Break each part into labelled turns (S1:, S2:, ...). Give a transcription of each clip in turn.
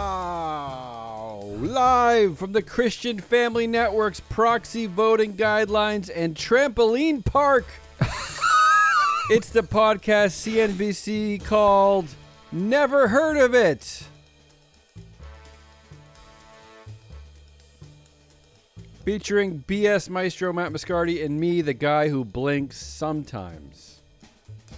S1: Yeah! Live from the Christian Family Network's proxy voting guidelines and trampoline park. it's the podcast CNBC called Never Heard of It. Featuring BS Maestro Matt Mascardi and me, the guy who blinks sometimes.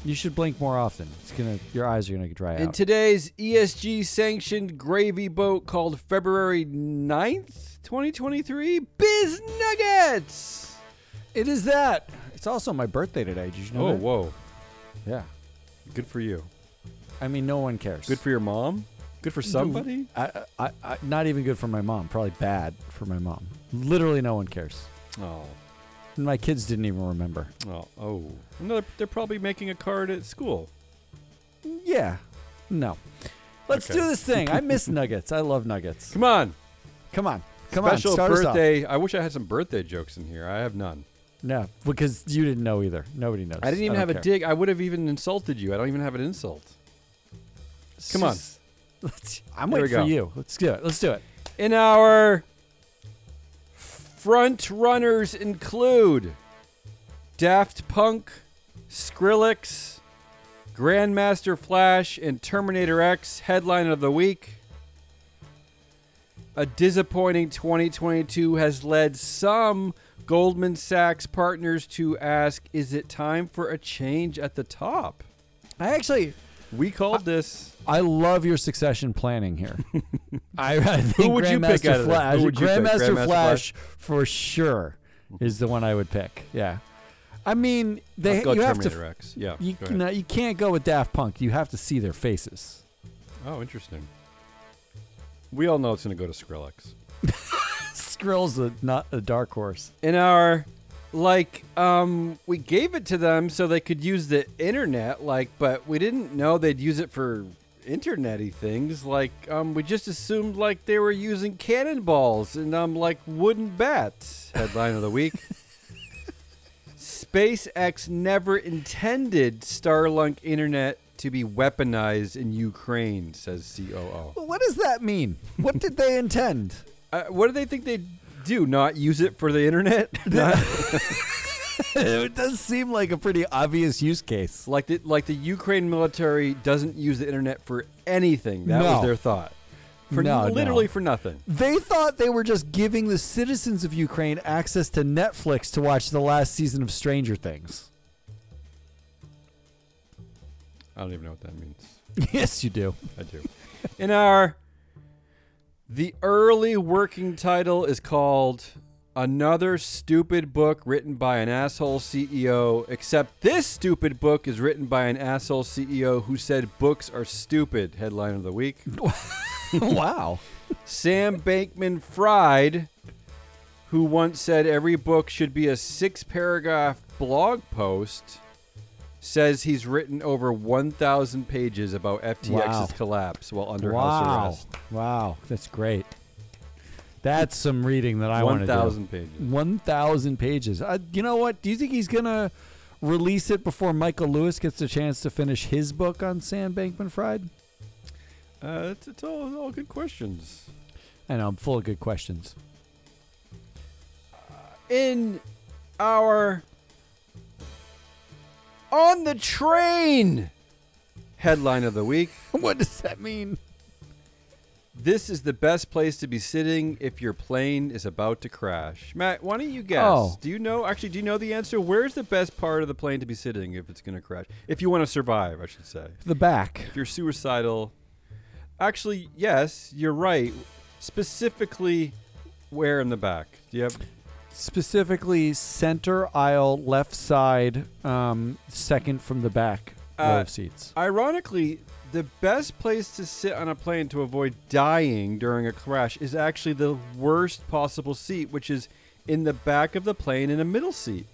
S2: You should blink more often. It's gonna your eyes are gonna dry
S1: In
S2: out.
S1: today's ESG sanctioned gravy boat called February 9th, 2023, Biz Nuggets.
S2: it is that. It's also my birthday today. Did you
S1: Oh,
S2: know? that?
S1: whoa.
S2: Yeah.
S1: Good for you.
S2: I mean, no one cares.
S1: Good for your mom? Good for somebody?
S2: I, I, I, not even good for my mom. Probably bad for my mom. Literally, no one cares.
S1: Oh.
S2: And my kids didn't even remember.
S1: Oh. Oh. No, they're, they're probably making a card at school.
S2: Yeah. No. Let's
S1: Okay.
S2: do this thing. I miss nuggets. I love nuggets.
S1: Come on.
S2: Come on. Come
S1: Special
S2: on. Start us off.
S1: birthday. I wish I had some birthday jokes in here. I have none.
S2: No, because you didn't know either. Nobody knows.
S1: I didn't even
S2: don't
S1: have
S2: care.
S1: a dig. I would have even insulted you. I don't even have an insult.
S2: It's
S1: Come on.
S2: just- Let's, I'm
S1: Here we
S2: waiting for
S1: go.
S2: you. Let's do it. Let's do it.
S1: In our front runners include Daft Punk, Skrillex, Grandmaster Flash, and Terminator X headline of the week. A disappointing 2022 has led some Goldman Sachs partners to ask, is it time for a change at the top?
S2: I actually.
S1: We
S2: Uh,
S1: called this.
S2: I love your succession planning here. I, I think
S1: would you pick
S2: Grandmaster
S1: out of that?
S2: Flash.
S1: Who would you pick?
S2: Grandmaster,
S1: Grandmaster Flash?
S2: Flash, for sure is the one I would pick. Yeah, I mean they
S1: Let's go
S2: you have
S1: Terminator
S2: to.
S1: X. Yeah.
S2: You,
S1: go ahead.
S2: no, you can't go with Daft Punk. You have to see their faces.
S1: Oh, interesting. We all know it's going to go to Skrillex.
S2: Skrill's a, not a dark horse.
S1: In our, like, um, we gave it to them so they could use the internet, like, but we didn't know they'd use it for internet-y things. Like, um, we just assumed, like, they were using cannonballs and, um, like, wooden bats. Headline of the week. SpaceX never intended Starlink internet to be weaponized in Ukraine, says COO.
S2: Well, what does that mean? What did they intend?
S1: Uh, what do they think they do? Not use it for the internet? Not-
S2: it does seem like a pretty obvious use case.
S1: like the like the Ukraine military doesn't use the internet for anything. That was
S2: No.
S1: their thought. For
S2: No,
S1: literally
S2: no.
S1: for nothing.
S2: They thought they were just giving the citizens of Ukraine access to Netflix to watch the last season of Stranger Things.
S1: I don't even know what that means.
S2: Yes, you do.
S1: I do. In our the early working title is called Another Stupid Book Written by an Asshole CEO, except this stupid book is written by an asshole CEO who said books are stupid. Headline of the week.
S2: wow.
S1: Sam Bankman Fried, who once said every book should be a six paragraph blog post, says he's written over 1,000 pages about FTX's
S2: Wow.
S1: collapse while under
S2: wow.
S1: house
S2: Wow. That's great. That's some reading that I
S1: arrest.
S2: want to do.
S1: 1,000 pages.
S2: 1,000 pages. Uh, you know what? Do you think he's going to release it before Michael Lewis gets a chance to finish his book on Sam Bankman Fried?
S1: Uh, it's, it's all, all good questions.
S2: I know. I'm full of good questions.
S1: In our On the Train headline of the week.
S2: what does that mean?
S1: This is the best place to be sitting if your plane is about to crash. Matt, why don't you guess?
S2: Oh.
S1: Do you know actually do you know the answer? Where's the best part of the plane to be sitting if it's going to crash? If you want to survive, I should say.
S2: The back.
S1: If you're suicidal. Actually, yes, you're right. Specifically where in the back? Do you have
S2: Specifically, center aisle, left side, um, second from the back row
S1: Uh,
S2: of seats.
S1: Ironically, the best place to sit on a plane to avoid dying during a crash is actually the worst possible seat, which is in the back of the plane in a middle seat.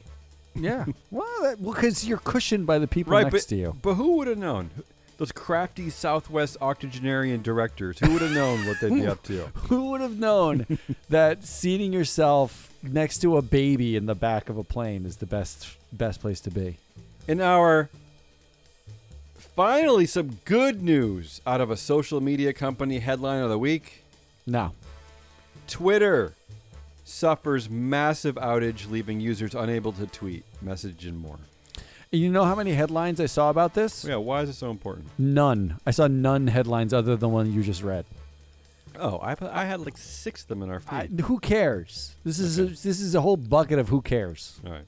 S2: Yeah. well, that, well, because you're cushioned by the people
S1: right,
S2: next
S1: but,
S2: to you.
S1: But who would have known? Those crafty Southwest octogenarian directors. Who would have known what they'd be up to?
S2: Who would have known that seating yourself next to a baby in the back of a plane is the best best place to be?
S1: In our Finally, some good news out of a social media company headline of the week.
S2: No.
S1: Twitter suffers massive outage, leaving users unable to tweet, message, and more.
S2: You know how many headlines I saw about this?
S1: Yeah, why is it so important?
S2: None. I saw none headlines other than one you just read.
S1: Oh, I, I had like six of them in our feed.
S2: I, who cares? This is a, this is a whole bucket of who cares.
S1: All right.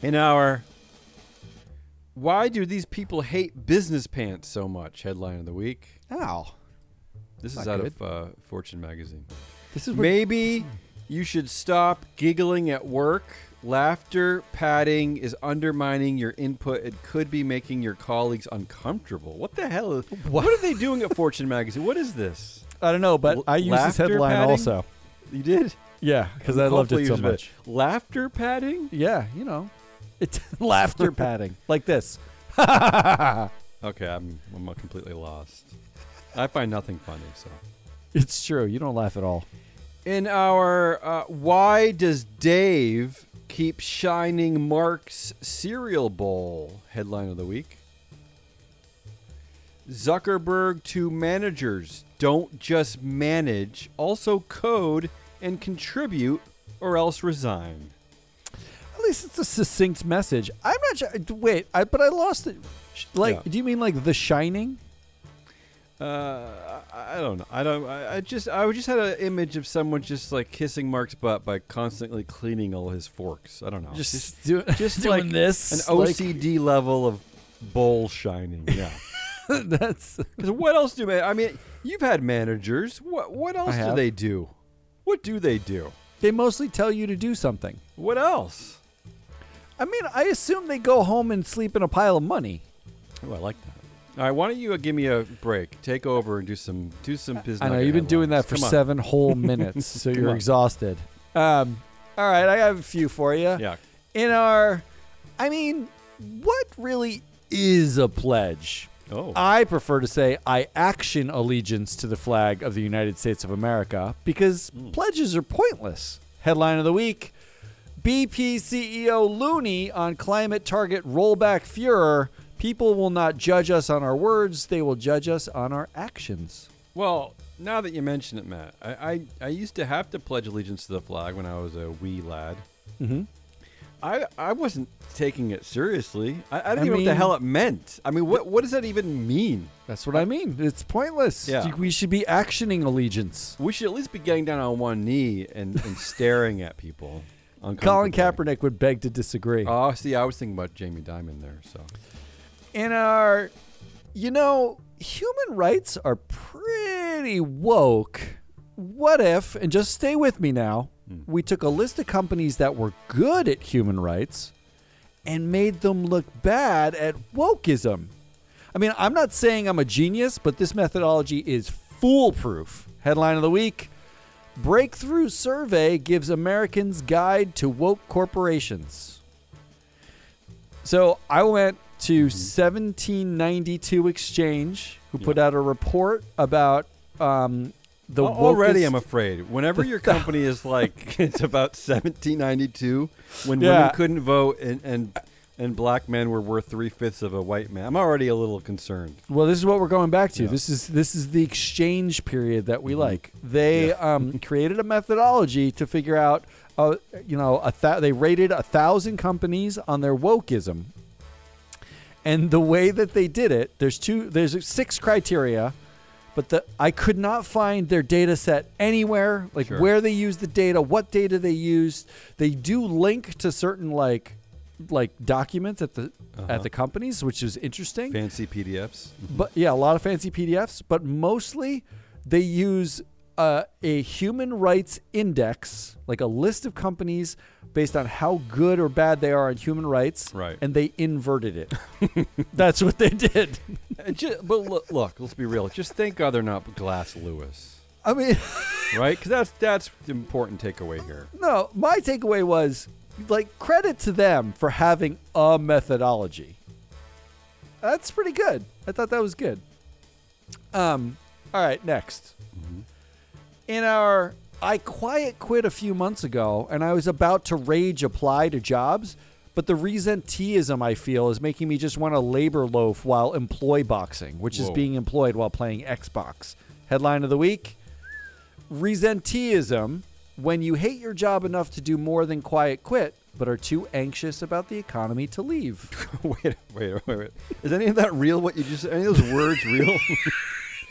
S1: In our Why Do These People Hate Business Pants So Much? headline of the week.
S2: Ow.
S1: This
S2: Not
S1: is out
S2: good.
S1: of uh, Fortune magazine.
S2: This is what
S1: Maybe you should stop giggling at work. Laughter padding is undermining your input. It could be making your colleagues uncomfortable. What the hell? What, are they doing at Fortune magazine? What is this?
S2: I don't know, but
S1: L-
S2: I use this
S1: laughter
S2: headline
S1: padding?
S2: also.
S1: You did?
S2: Yeah, because I loved
S1: Hopefully
S2: it
S1: you
S2: so
S1: used it.
S2: much.
S1: Laughter padding?
S2: Yeah, you know, it's laughter padding like this.
S1: Okay, I'm, I'm completely lost. I find nothing funny, so.
S2: It's true. You don't laugh at all.
S1: in our uh, why does dave keep shining mark's cereal bowl headline of the week zuckerberg to managers don't just manage also code and contribute or else resign
S2: At least it's a succinct message. I'm not sure. Wait, I but I lost it. Sh- Like,
S1: Yeah.
S2: do you mean like The Shining?
S1: uh, I I don't know. I don't. I, I just. I just had an image of someone just like kissing Mark's butt by constantly cleaning all his forks. I don't know.
S2: Just doing, just doing
S1: like
S2: this.
S1: an
S2: like-
S1: OCD level of bowl shining. Yeah.
S2: that's
S1: Because what else do man? I mean, you've had managers. What what else do
S2: have.
S1: they do? What do they do?
S2: they mostly tell you to do something.
S1: What else?
S2: I mean, I assume they go home and sleep in a pile of money.
S1: Oh, I like that. All right, why don't you uh, give me a break, take over, and do some do some business.
S2: I know you've been doing that for seven whole minutes, so
S1: Come
S2: you're
S1: on.
S2: exhausted. Um, all right, I have a few for you.
S1: Yeah.
S2: In our, I mean, what really is a pledge?
S1: Oh.
S2: I prefer to say I action allegiance to the flag of the United States of America because
S1: Hmm.
S2: pledges are pointless. Headline of the week BP CEO E Looney on climate target rollback furor. People will not judge us on our words, they will judge us on our actions.
S1: Well, now that you mention it, Matt, I, I I used to have to pledge allegiance to the flag when I was a wee lad.
S2: Mm-hmm.
S1: I, I wasn't taking it seriously. I, I didn't
S2: I
S1: even know what the
S2: mean-
S1: hell it meant. I mean, what what does that even mean?
S2: That's what I mean. It's pointless.
S1: Yeah.
S2: We should be actioning allegiance.
S1: We should at least be getting down on one knee and, and staring at people.
S2: Colin
S1: uncomfortably.
S2: Kaepernick would beg to disagree.
S1: Oh, see, I was thinking about Jamie Dimon there. So
S2: in our you know human rights are pretty woke what if and just stay with me now we took a list of companies that were good at human rights and made them look bad at wokeism i mean i'm not saying i'm a genius but this methodology is foolproof headline of the week breakthrough survey gives americans guide to woke corporations so I went to
S1: Mm-hmm.
S2: 1792 Exchange, who put out a report about um, the
S1: Al- already,
S2: wokest-
S1: I'm afraid. Whenever your company is like it's about 1792, when
S2: Yeah.
S1: women couldn't vote and and and black men were worth three fifths of a white man, I'm already a little concerned.
S2: well, this is what we're going back to.
S1: Yeah. Mm-hmm.
S2: This is this is the exchange period that we like. They um, created a methodology to figure out, uh, you know, a thou they rated a thousand companies on their wokeism, and the way that they did it, there's two, there's six criteria, but the I could not find their data set anywhere, like
S1: Sure.
S2: where they used the data, what data they used. They do link to certain like like documents at the
S1: Uh-huh.
S2: at the companies, which is interesting
S1: Fancy PDFs.
S2: but yeah, a lot of fancy PDFs, but mostly they use uh, a human rights index, like a list of companies based on how good or bad they are on human rights.
S1: Right.
S2: And they inverted it. That's what they did.
S1: Uh, ju- but look, look, let's be real. Just thank God they're not Glass Lewis,
S2: I mean,
S1: right? Because that's that's the important takeaway here.
S2: no, my takeaway was like credit to them for having a methodology. That's pretty good. I thought that was good. Um, all right, next. in our I quiet quit a few months ago and I was about to rage apply to jobs, But the resenteeism I feel is making me just want to labor loaf while employ boxing, which is
S1: Whoa.
S2: being employed while playing Xbox. Headline of the week Resenteeism when you hate your job enough to do more than quiet quit, but are too anxious about the economy to leave.
S1: wait, wait, wait, wait. Is any of that real? What you just? Any of those words real?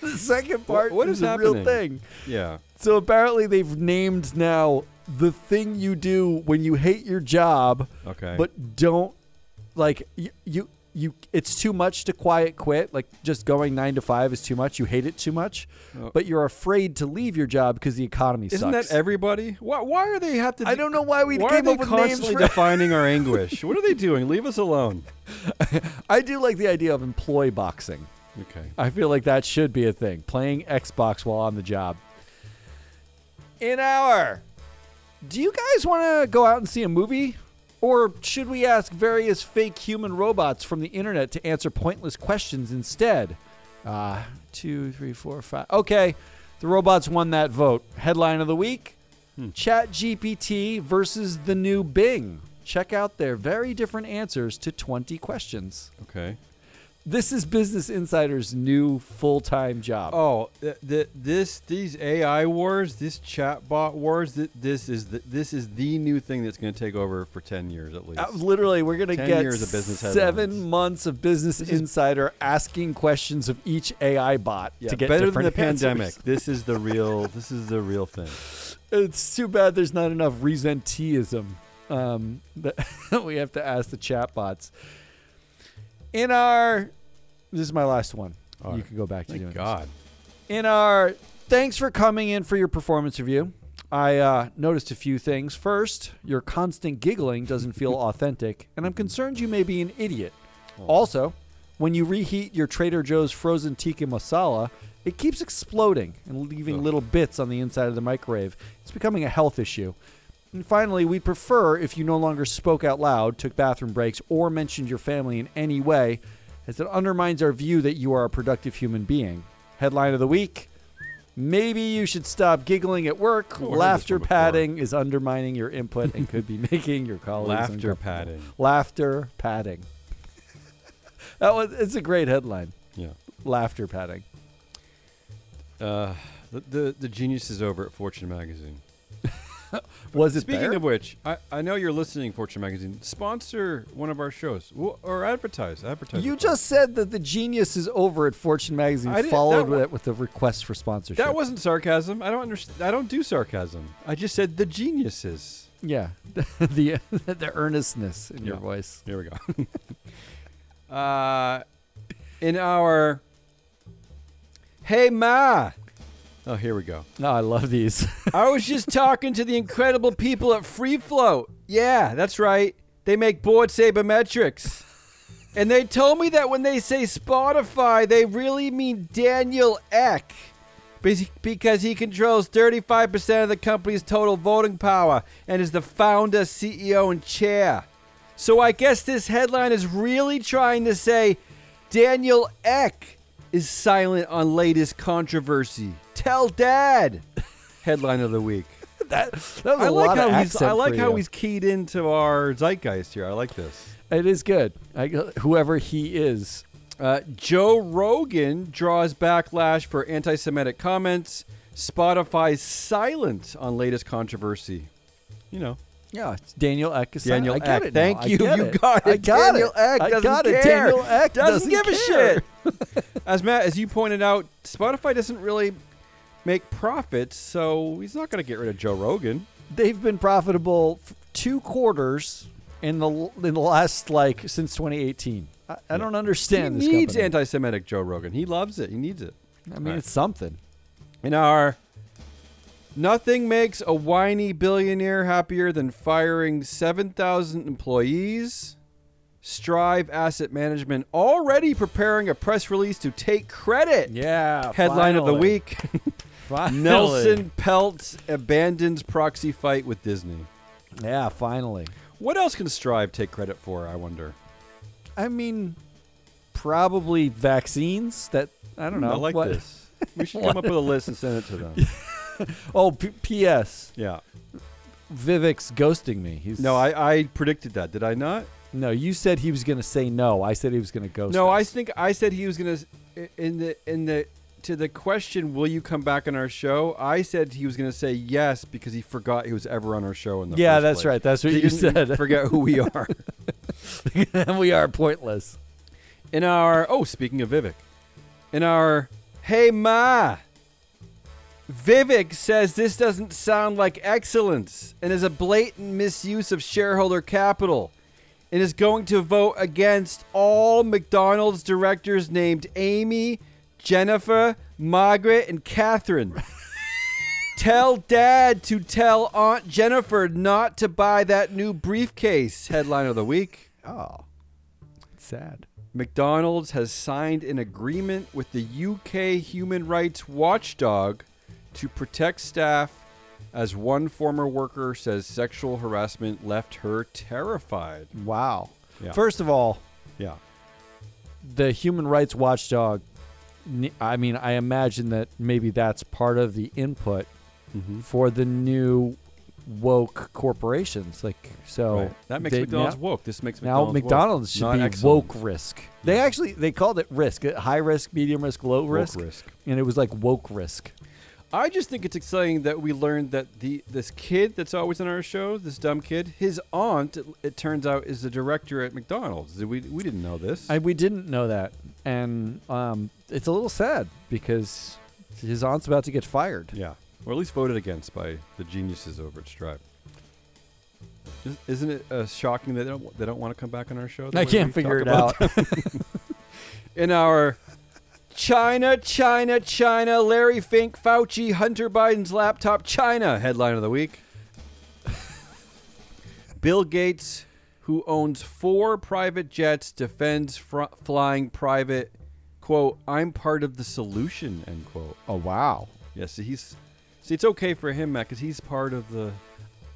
S2: the second
S1: part
S2: part
S1: what is
S2: is
S1: is a
S2: the
S1: real
S2: real
S1: happening?
S2: thing.
S1: thing. yeah.
S2: So apparently they've named now the thing you do when you hate your job,
S1: Okay.
S2: but don't like you, you you it's too much to quiet quit. Like just going 9 to 5 is too much. You hate it too much.
S1: Oh.
S2: But you're afraid to leave your job because the economy
S1: isn't
S2: sucks.
S1: that everybody? Why, why are they have to?
S2: I don't know why we
S1: why
S2: came
S1: are
S2: up
S1: they
S2: with names
S1: constantly
S2: for
S1: defining our anguish? What are they doing? Leave us alone.
S2: I do like the idea of employ boxing.
S1: Okay.
S2: I feel like that should be a thing. Playing Xbox while on the job. In our. Do you guys want to go out and see a movie? Or should we ask various fake human robots from the internet to answer pointless questions instead? Uh, two, three, four, five. Okay, the robots won that vote. Headline of the week Chat GPT versus the new Bing. Check out their very different answers to 20 questions.
S1: Okay.
S2: This is Business Insider's new full time job.
S1: Oh, th- th- this these AI wars, this chatbot wars. Th- this is the, this is the new thing that's going to take over for ten years at least.
S2: Uh, Literally, we're going to
S1: 10
S2: get
S1: years of business
S2: seven
S1: headlines.
S2: months of Business Insider asking questions of each AI bot
S1: yeah,
S2: to get
S1: better than
S2: different
S1: the
S2: answers.
S1: pandemic. This is the real. This is the real thing.
S2: It's too bad there's not enough resenteeism um, that we have to ask the chatbots. In our, this is my last one.
S1: All
S2: you
S1: right.
S2: can go back to doing
S1: Thank
S2: this.
S1: God.
S2: in our thanks for coming in for your performance review. I uh, noticed a few things. First, your constant giggling doesn't feel authentic, and I'm concerned you may be an idiot. Also, when you reheat your Trader Joe's frozen tikka masala, it keeps exploding and leaving
S1: Ugh.
S2: little bits on the inside of the microwave. It's becoming a health issue. And finally, we'd prefer if you no longer spoke out loud, took bathroom breaks, or mentioned your family in any way, as it undermines our view that you are a productive human being. Headline of the week Maybe you should stop giggling at work.
S1: Oh, I heard this
S2: Laughter
S1: one before.
S2: padding is undermining your input and could be making your colleagues
S1: Laughter
S2: uncomfortable.
S1: padding.
S2: Laughter padding. that was it's a great headline.
S1: Yeah.
S2: Laughter padding.
S1: Uh, the, the the genius is over at Fortune magazine.
S2: Was it
S1: Speaking
S2: there?
S1: of which, I, I know you're listening, Fortune magazine. Sponsor one of our shows Well, or advertise. Advertise.
S2: you
S1: with us.
S2: just said that the genius is over at Fortune magazine.
S1: I didn't-
S2: followed
S1: that wa-
S2: that with a request for sponsorship.
S1: that wasn't sarcasm. I don't understand. I don't do sarcasm. I just said the geniuses.
S2: yeah, the the earnestness in your
S1: Yeah.
S2: voice.
S1: Here we go. uh, in our Hey Ma. Oh, here we go.
S2: No, I love these.
S1: I was just talking to the incredible people at Free Float. Yeah, that's right. They make board sabermetrics. And they told me that when they say Spotify, they really mean Daniel Eck. Bes- Because he controls 35% of the company's total voting power and is the founder, CEO, and chair. So I guess this headline is really trying to say Daniel Eck is silent on latest controversy. Tell dad. Headline of the week.
S2: that that was a
S1: I
S2: lot
S1: like
S2: of
S1: how he's
S2: accent
S1: I like
S2: for
S1: how
S2: you.
S1: he's keyed into our zeitgeist here. I like this.
S2: It is good. I, whoever he is,
S1: Uh, Joe Rogan draws backlash for anti-Semitic comments. Spotify silent on latest controversy. You know,
S2: Yeah, it's Daniel Eck is
S1: Daniel
S2: silent. I get
S1: Eck.
S2: it now.
S1: Thank
S2: I
S1: you.
S2: get
S1: You got it.
S2: I got
S1: Daniel
S2: it.
S1: Eck
S2: I
S1: doesn't
S2: got it.
S1: care.
S2: Daniel Eck
S1: Doesn't
S2: doesn't,
S1: give a
S2: care.
S1: shit. as Matt, as you pointed out, Spotify doesn't really make profits, so he's not going to get rid of Joe Rogan.
S2: They've been profitable f- two quarters in the l- in the last like since 2018. I, I don't understand.
S1: he
S2: this
S1: needs
S2: company.
S1: anti-Semitic Joe Rogan. He loves it. He needs it.
S2: I mean,
S1: Right.
S2: it's something.
S1: In our nothing makes a whiny billionaire happier than firing 7,000 employees. Strive Asset Management already preparing a press release to take credit.
S2: Yeah.
S1: Headline of the week Nelson Peltz abandons proxy fight with Disney.
S2: Yeah, finally.
S1: What else can Strive take credit for, I wonder?
S2: I mean, probably vaccines. That I don't know.
S1: Mm, I like
S2: what-
S1: this. We should come up with a list and send it to them.
S2: Oh, P- P.S.
S1: Yeah.
S2: Vivek's ghosting me. He's
S1: No, I, I predicted that, did I not?
S2: No, you said he was going to say no. I said he was going to ghost.
S1: No, I
S2: us.
S1: think I said he was gonna s- in the in the to the question, "Will you come back on our show?" I said he was gonna say yes because he forgot he was ever on our show in the
S2: Yeah,
S1: first
S2: that's
S1: place.
S2: right. That's what
S1: He
S2: you
S1: didn't
S2: said.
S1: Forget who we are.
S2: and we are pointless.
S1: In our oh, speaking of Vivek, in our hey ma, Vivek says this doesn't sound like excellence and is a blatant misuse of shareholder capital, and is going to vote against all McDonald's directors named Amy, Jennifer, Margaret, and Catherine. Tell dad to tell Aunt Jennifer not to buy that new briefcase. Headline of the week.
S2: Oh, sad.
S1: McDonald's has signed an agreement with the UK human rights watchdog to protect staff as one former worker says sexual harassment left her terrified.
S2: Wow.
S1: Yeah.
S2: First of all,
S1: Yeah.
S2: the human rights watchdog. n- I mean, I imagine that maybe that's part of the input
S1: Mm-hmm.
S2: for the new woke corporations. Like so,
S1: That makes
S2: they-
S1: McDonald's
S2: now-
S1: woke. This makes
S2: Now
S1: McDonald's
S2: McDonald's should
S1: Not
S2: be
S1: excellent.
S2: woke risk. They actually they called it risk, uh, high risk, medium risk, low risk,
S1: risk.
S2: and it was like woke risk.
S1: I just think it's exciting that we learned that the this kid that's always on our show, this dumb kid, his aunt, it, it turns out, is the director at McDonald's. Did We, we didn't know this.
S2: I, we didn't know that, and um, it's a little sad because his aunt's about to get fired.
S1: Yeah, or at least voted against by the geniuses over at Stripe. Is- Isn't it uh, shocking that they don't, they don't want to come back on our show? the
S2: I
S1: way
S2: can't
S1: we talk
S2: figure it
S1: about
S2: out.
S1: in our China, China, China, Larry Fink, Fauci, Hunter Biden's laptop, China headline of the week. Bill Gates, who owns four private jets, defends fr- flying private, quote, I'm part of the solution, end quote.
S2: oh wow!
S1: Yeah, see, he's. See, it's okay for him, Matt, because he's part of the.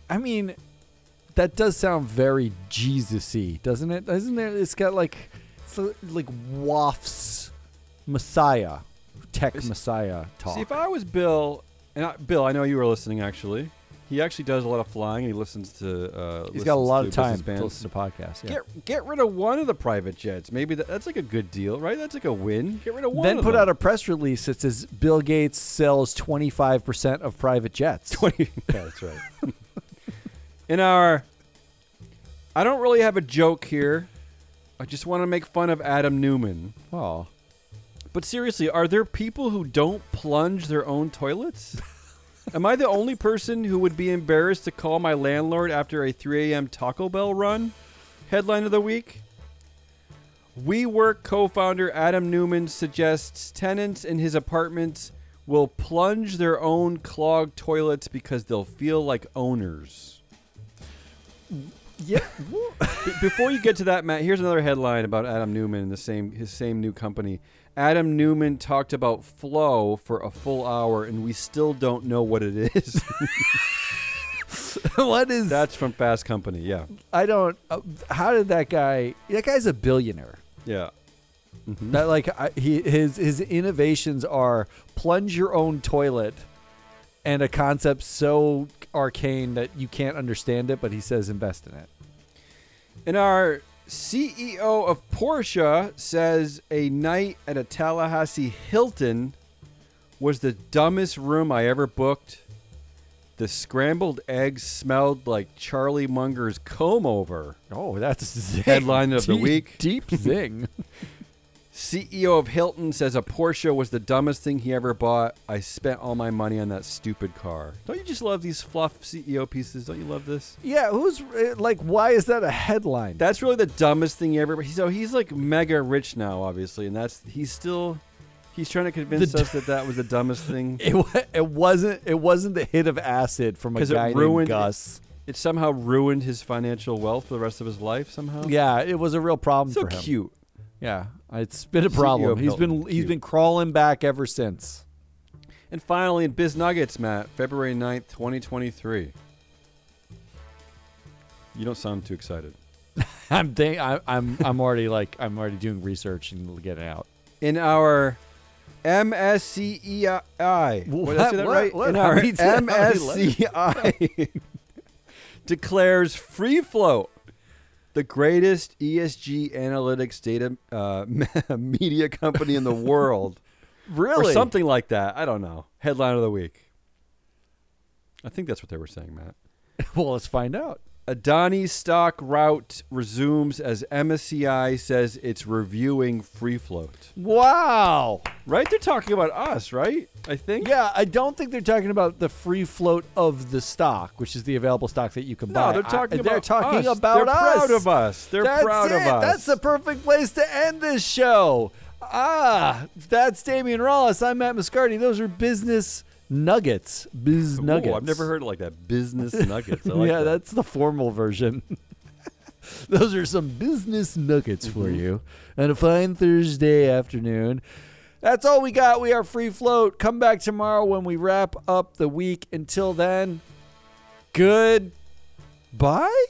S2: I mean, that does sound very Jesus-y, doesn't it? Isn't there? It's got like, it's l- like wafts, Messiah, tech
S1: Is-
S2: Messiah talk.
S1: See, if I was Bill, and I, Bill, I know you were listening actually. He actually does a lot of flying. and He listens to. Uh,
S2: He's got a
S1: listens
S2: lot
S1: to
S2: of time
S1: business
S2: to
S1: bands.
S2: listen to podcasts. Yeah.
S1: Get get rid of one of the private jets. Maybe that, that's like a good deal, right? That's like a win. Get rid of one.
S2: Then
S1: of
S2: put
S1: them.
S2: out a press release that says Bill Gates sells 25% of private jets.
S1: twenty. yeah, that's right. In our, I don't really have a joke here. I just want to make fun of Adam Newman.
S2: Oh.
S1: But seriously, are there people who don't plunge their own toilets? Am I the only person who would be embarrassed to call my landlord after a 3 a.m. Taco Bell run? Headline of the week WeWork co founder Adam Newman suggests tenants in his apartments will plunge their own clogged toilets because they'll feel like owners.
S2: Yeah.
S1: B- Before you get to that, Matt, here's another headline about Adam Newman and the same his same new company. Adam Newman talked about flow for a full hour, and we still don't know what it is.
S2: what is that?
S1: That's from Fast Company. Yeah,
S2: I don't. Uh, how did that guy? That guy's a billionaire.
S1: yeah.
S2: That like I, he his his innovations are plunge your own toilet, and a concept so arcane that you can't understand it, but he says invest in it.
S1: And our CEO of Porsche says a night at a Tallahassee Hilton was the dumbest room I ever booked. The scrambled eggs smelled like Charlie Munger's comb over.
S2: Oh, that's zing.
S1: Headline of the
S2: Deep-
S1: week.
S2: Deep zing.
S1: CEO E of Hilton says a Porsche was the dumbest thing he ever bought. I spent all my money on that stupid car. Don't you just love these fluff CEO pieces? Don't you love this?
S2: yeah, who's uh, like? Why is that a headline?
S1: That's really the dumbest thing he ever. So he's like mega rich now, obviously, and that's he's still he's trying to convince
S2: The d-
S1: us that that was the dumbest thing.
S2: it, wa- it wasn't. It wasn't the hit of acid from a
S1: 'Cause it
S2: guy
S1: ruined-
S2: named Gus.
S1: It somehow ruined his financial wealth for the rest of his life. Somehow,
S2: Yeah, it was a real problem
S1: so
S2: for him.
S1: cute.
S2: Yeah, it's been a
S1: CEO
S2: problem.
S1: of
S2: He's been
S1: Hilton,
S2: he's
S1: E cute.
S2: been crawling back ever since.
S1: And finally, in Biz Nuggets, Matt, February 9th, twenty twenty three. You don't sound too excited.
S2: I'm think, I, I'm I'm already like I'm already doing research and getting out.
S1: in our MSCEI. What, E did I say that
S2: What?
S1: right?
S2: What?
S1: In
S2: How
S1: our
S2: many- how
S1: E
S2: many letters?
S1: MSCI declares free float the greatest ESG analytics data uh, media company in the world,
S2: Really?
S1: or something like that. I don't know. Headline of the week. I think that's what they were saying, Matt.
S2: Well, let's find out.
S1: Adani stock route resumes as MSCI says it's reviewing free float.
S2: Wow.
S1: Right? They're talking about us, right? I think.
S2: Yeah, I don't think they're talking about the free float of the stock, which is the available stock that you can
S1: No,
S2: buy.
S1: they're talking
S2: I,
S1: about
S2: they're talking
S1: us.
S2: about
S1: they're
S2: us.
S1: proud of us. They're
S2: that's
S1: proud of
S2: it.
S1: us.
S2: That's the perfect place to end this show. Ah, that's Damian Rollis. I'm Matt Muscardi. Those are business nuggets. Biz
S1: Ooh,
S2: nuggets.
S1: I've never heard it like that. Business nuggets. I like
S2: yeah,
S1: that.
S2: that's the formal version. Those are some business nuggets for
S1: Mm-hmm.
S2: you on a fine Thursday afternoon. That's all we got. We are free float. Come back tomorrow when we wrap up the week. Until then, good bye.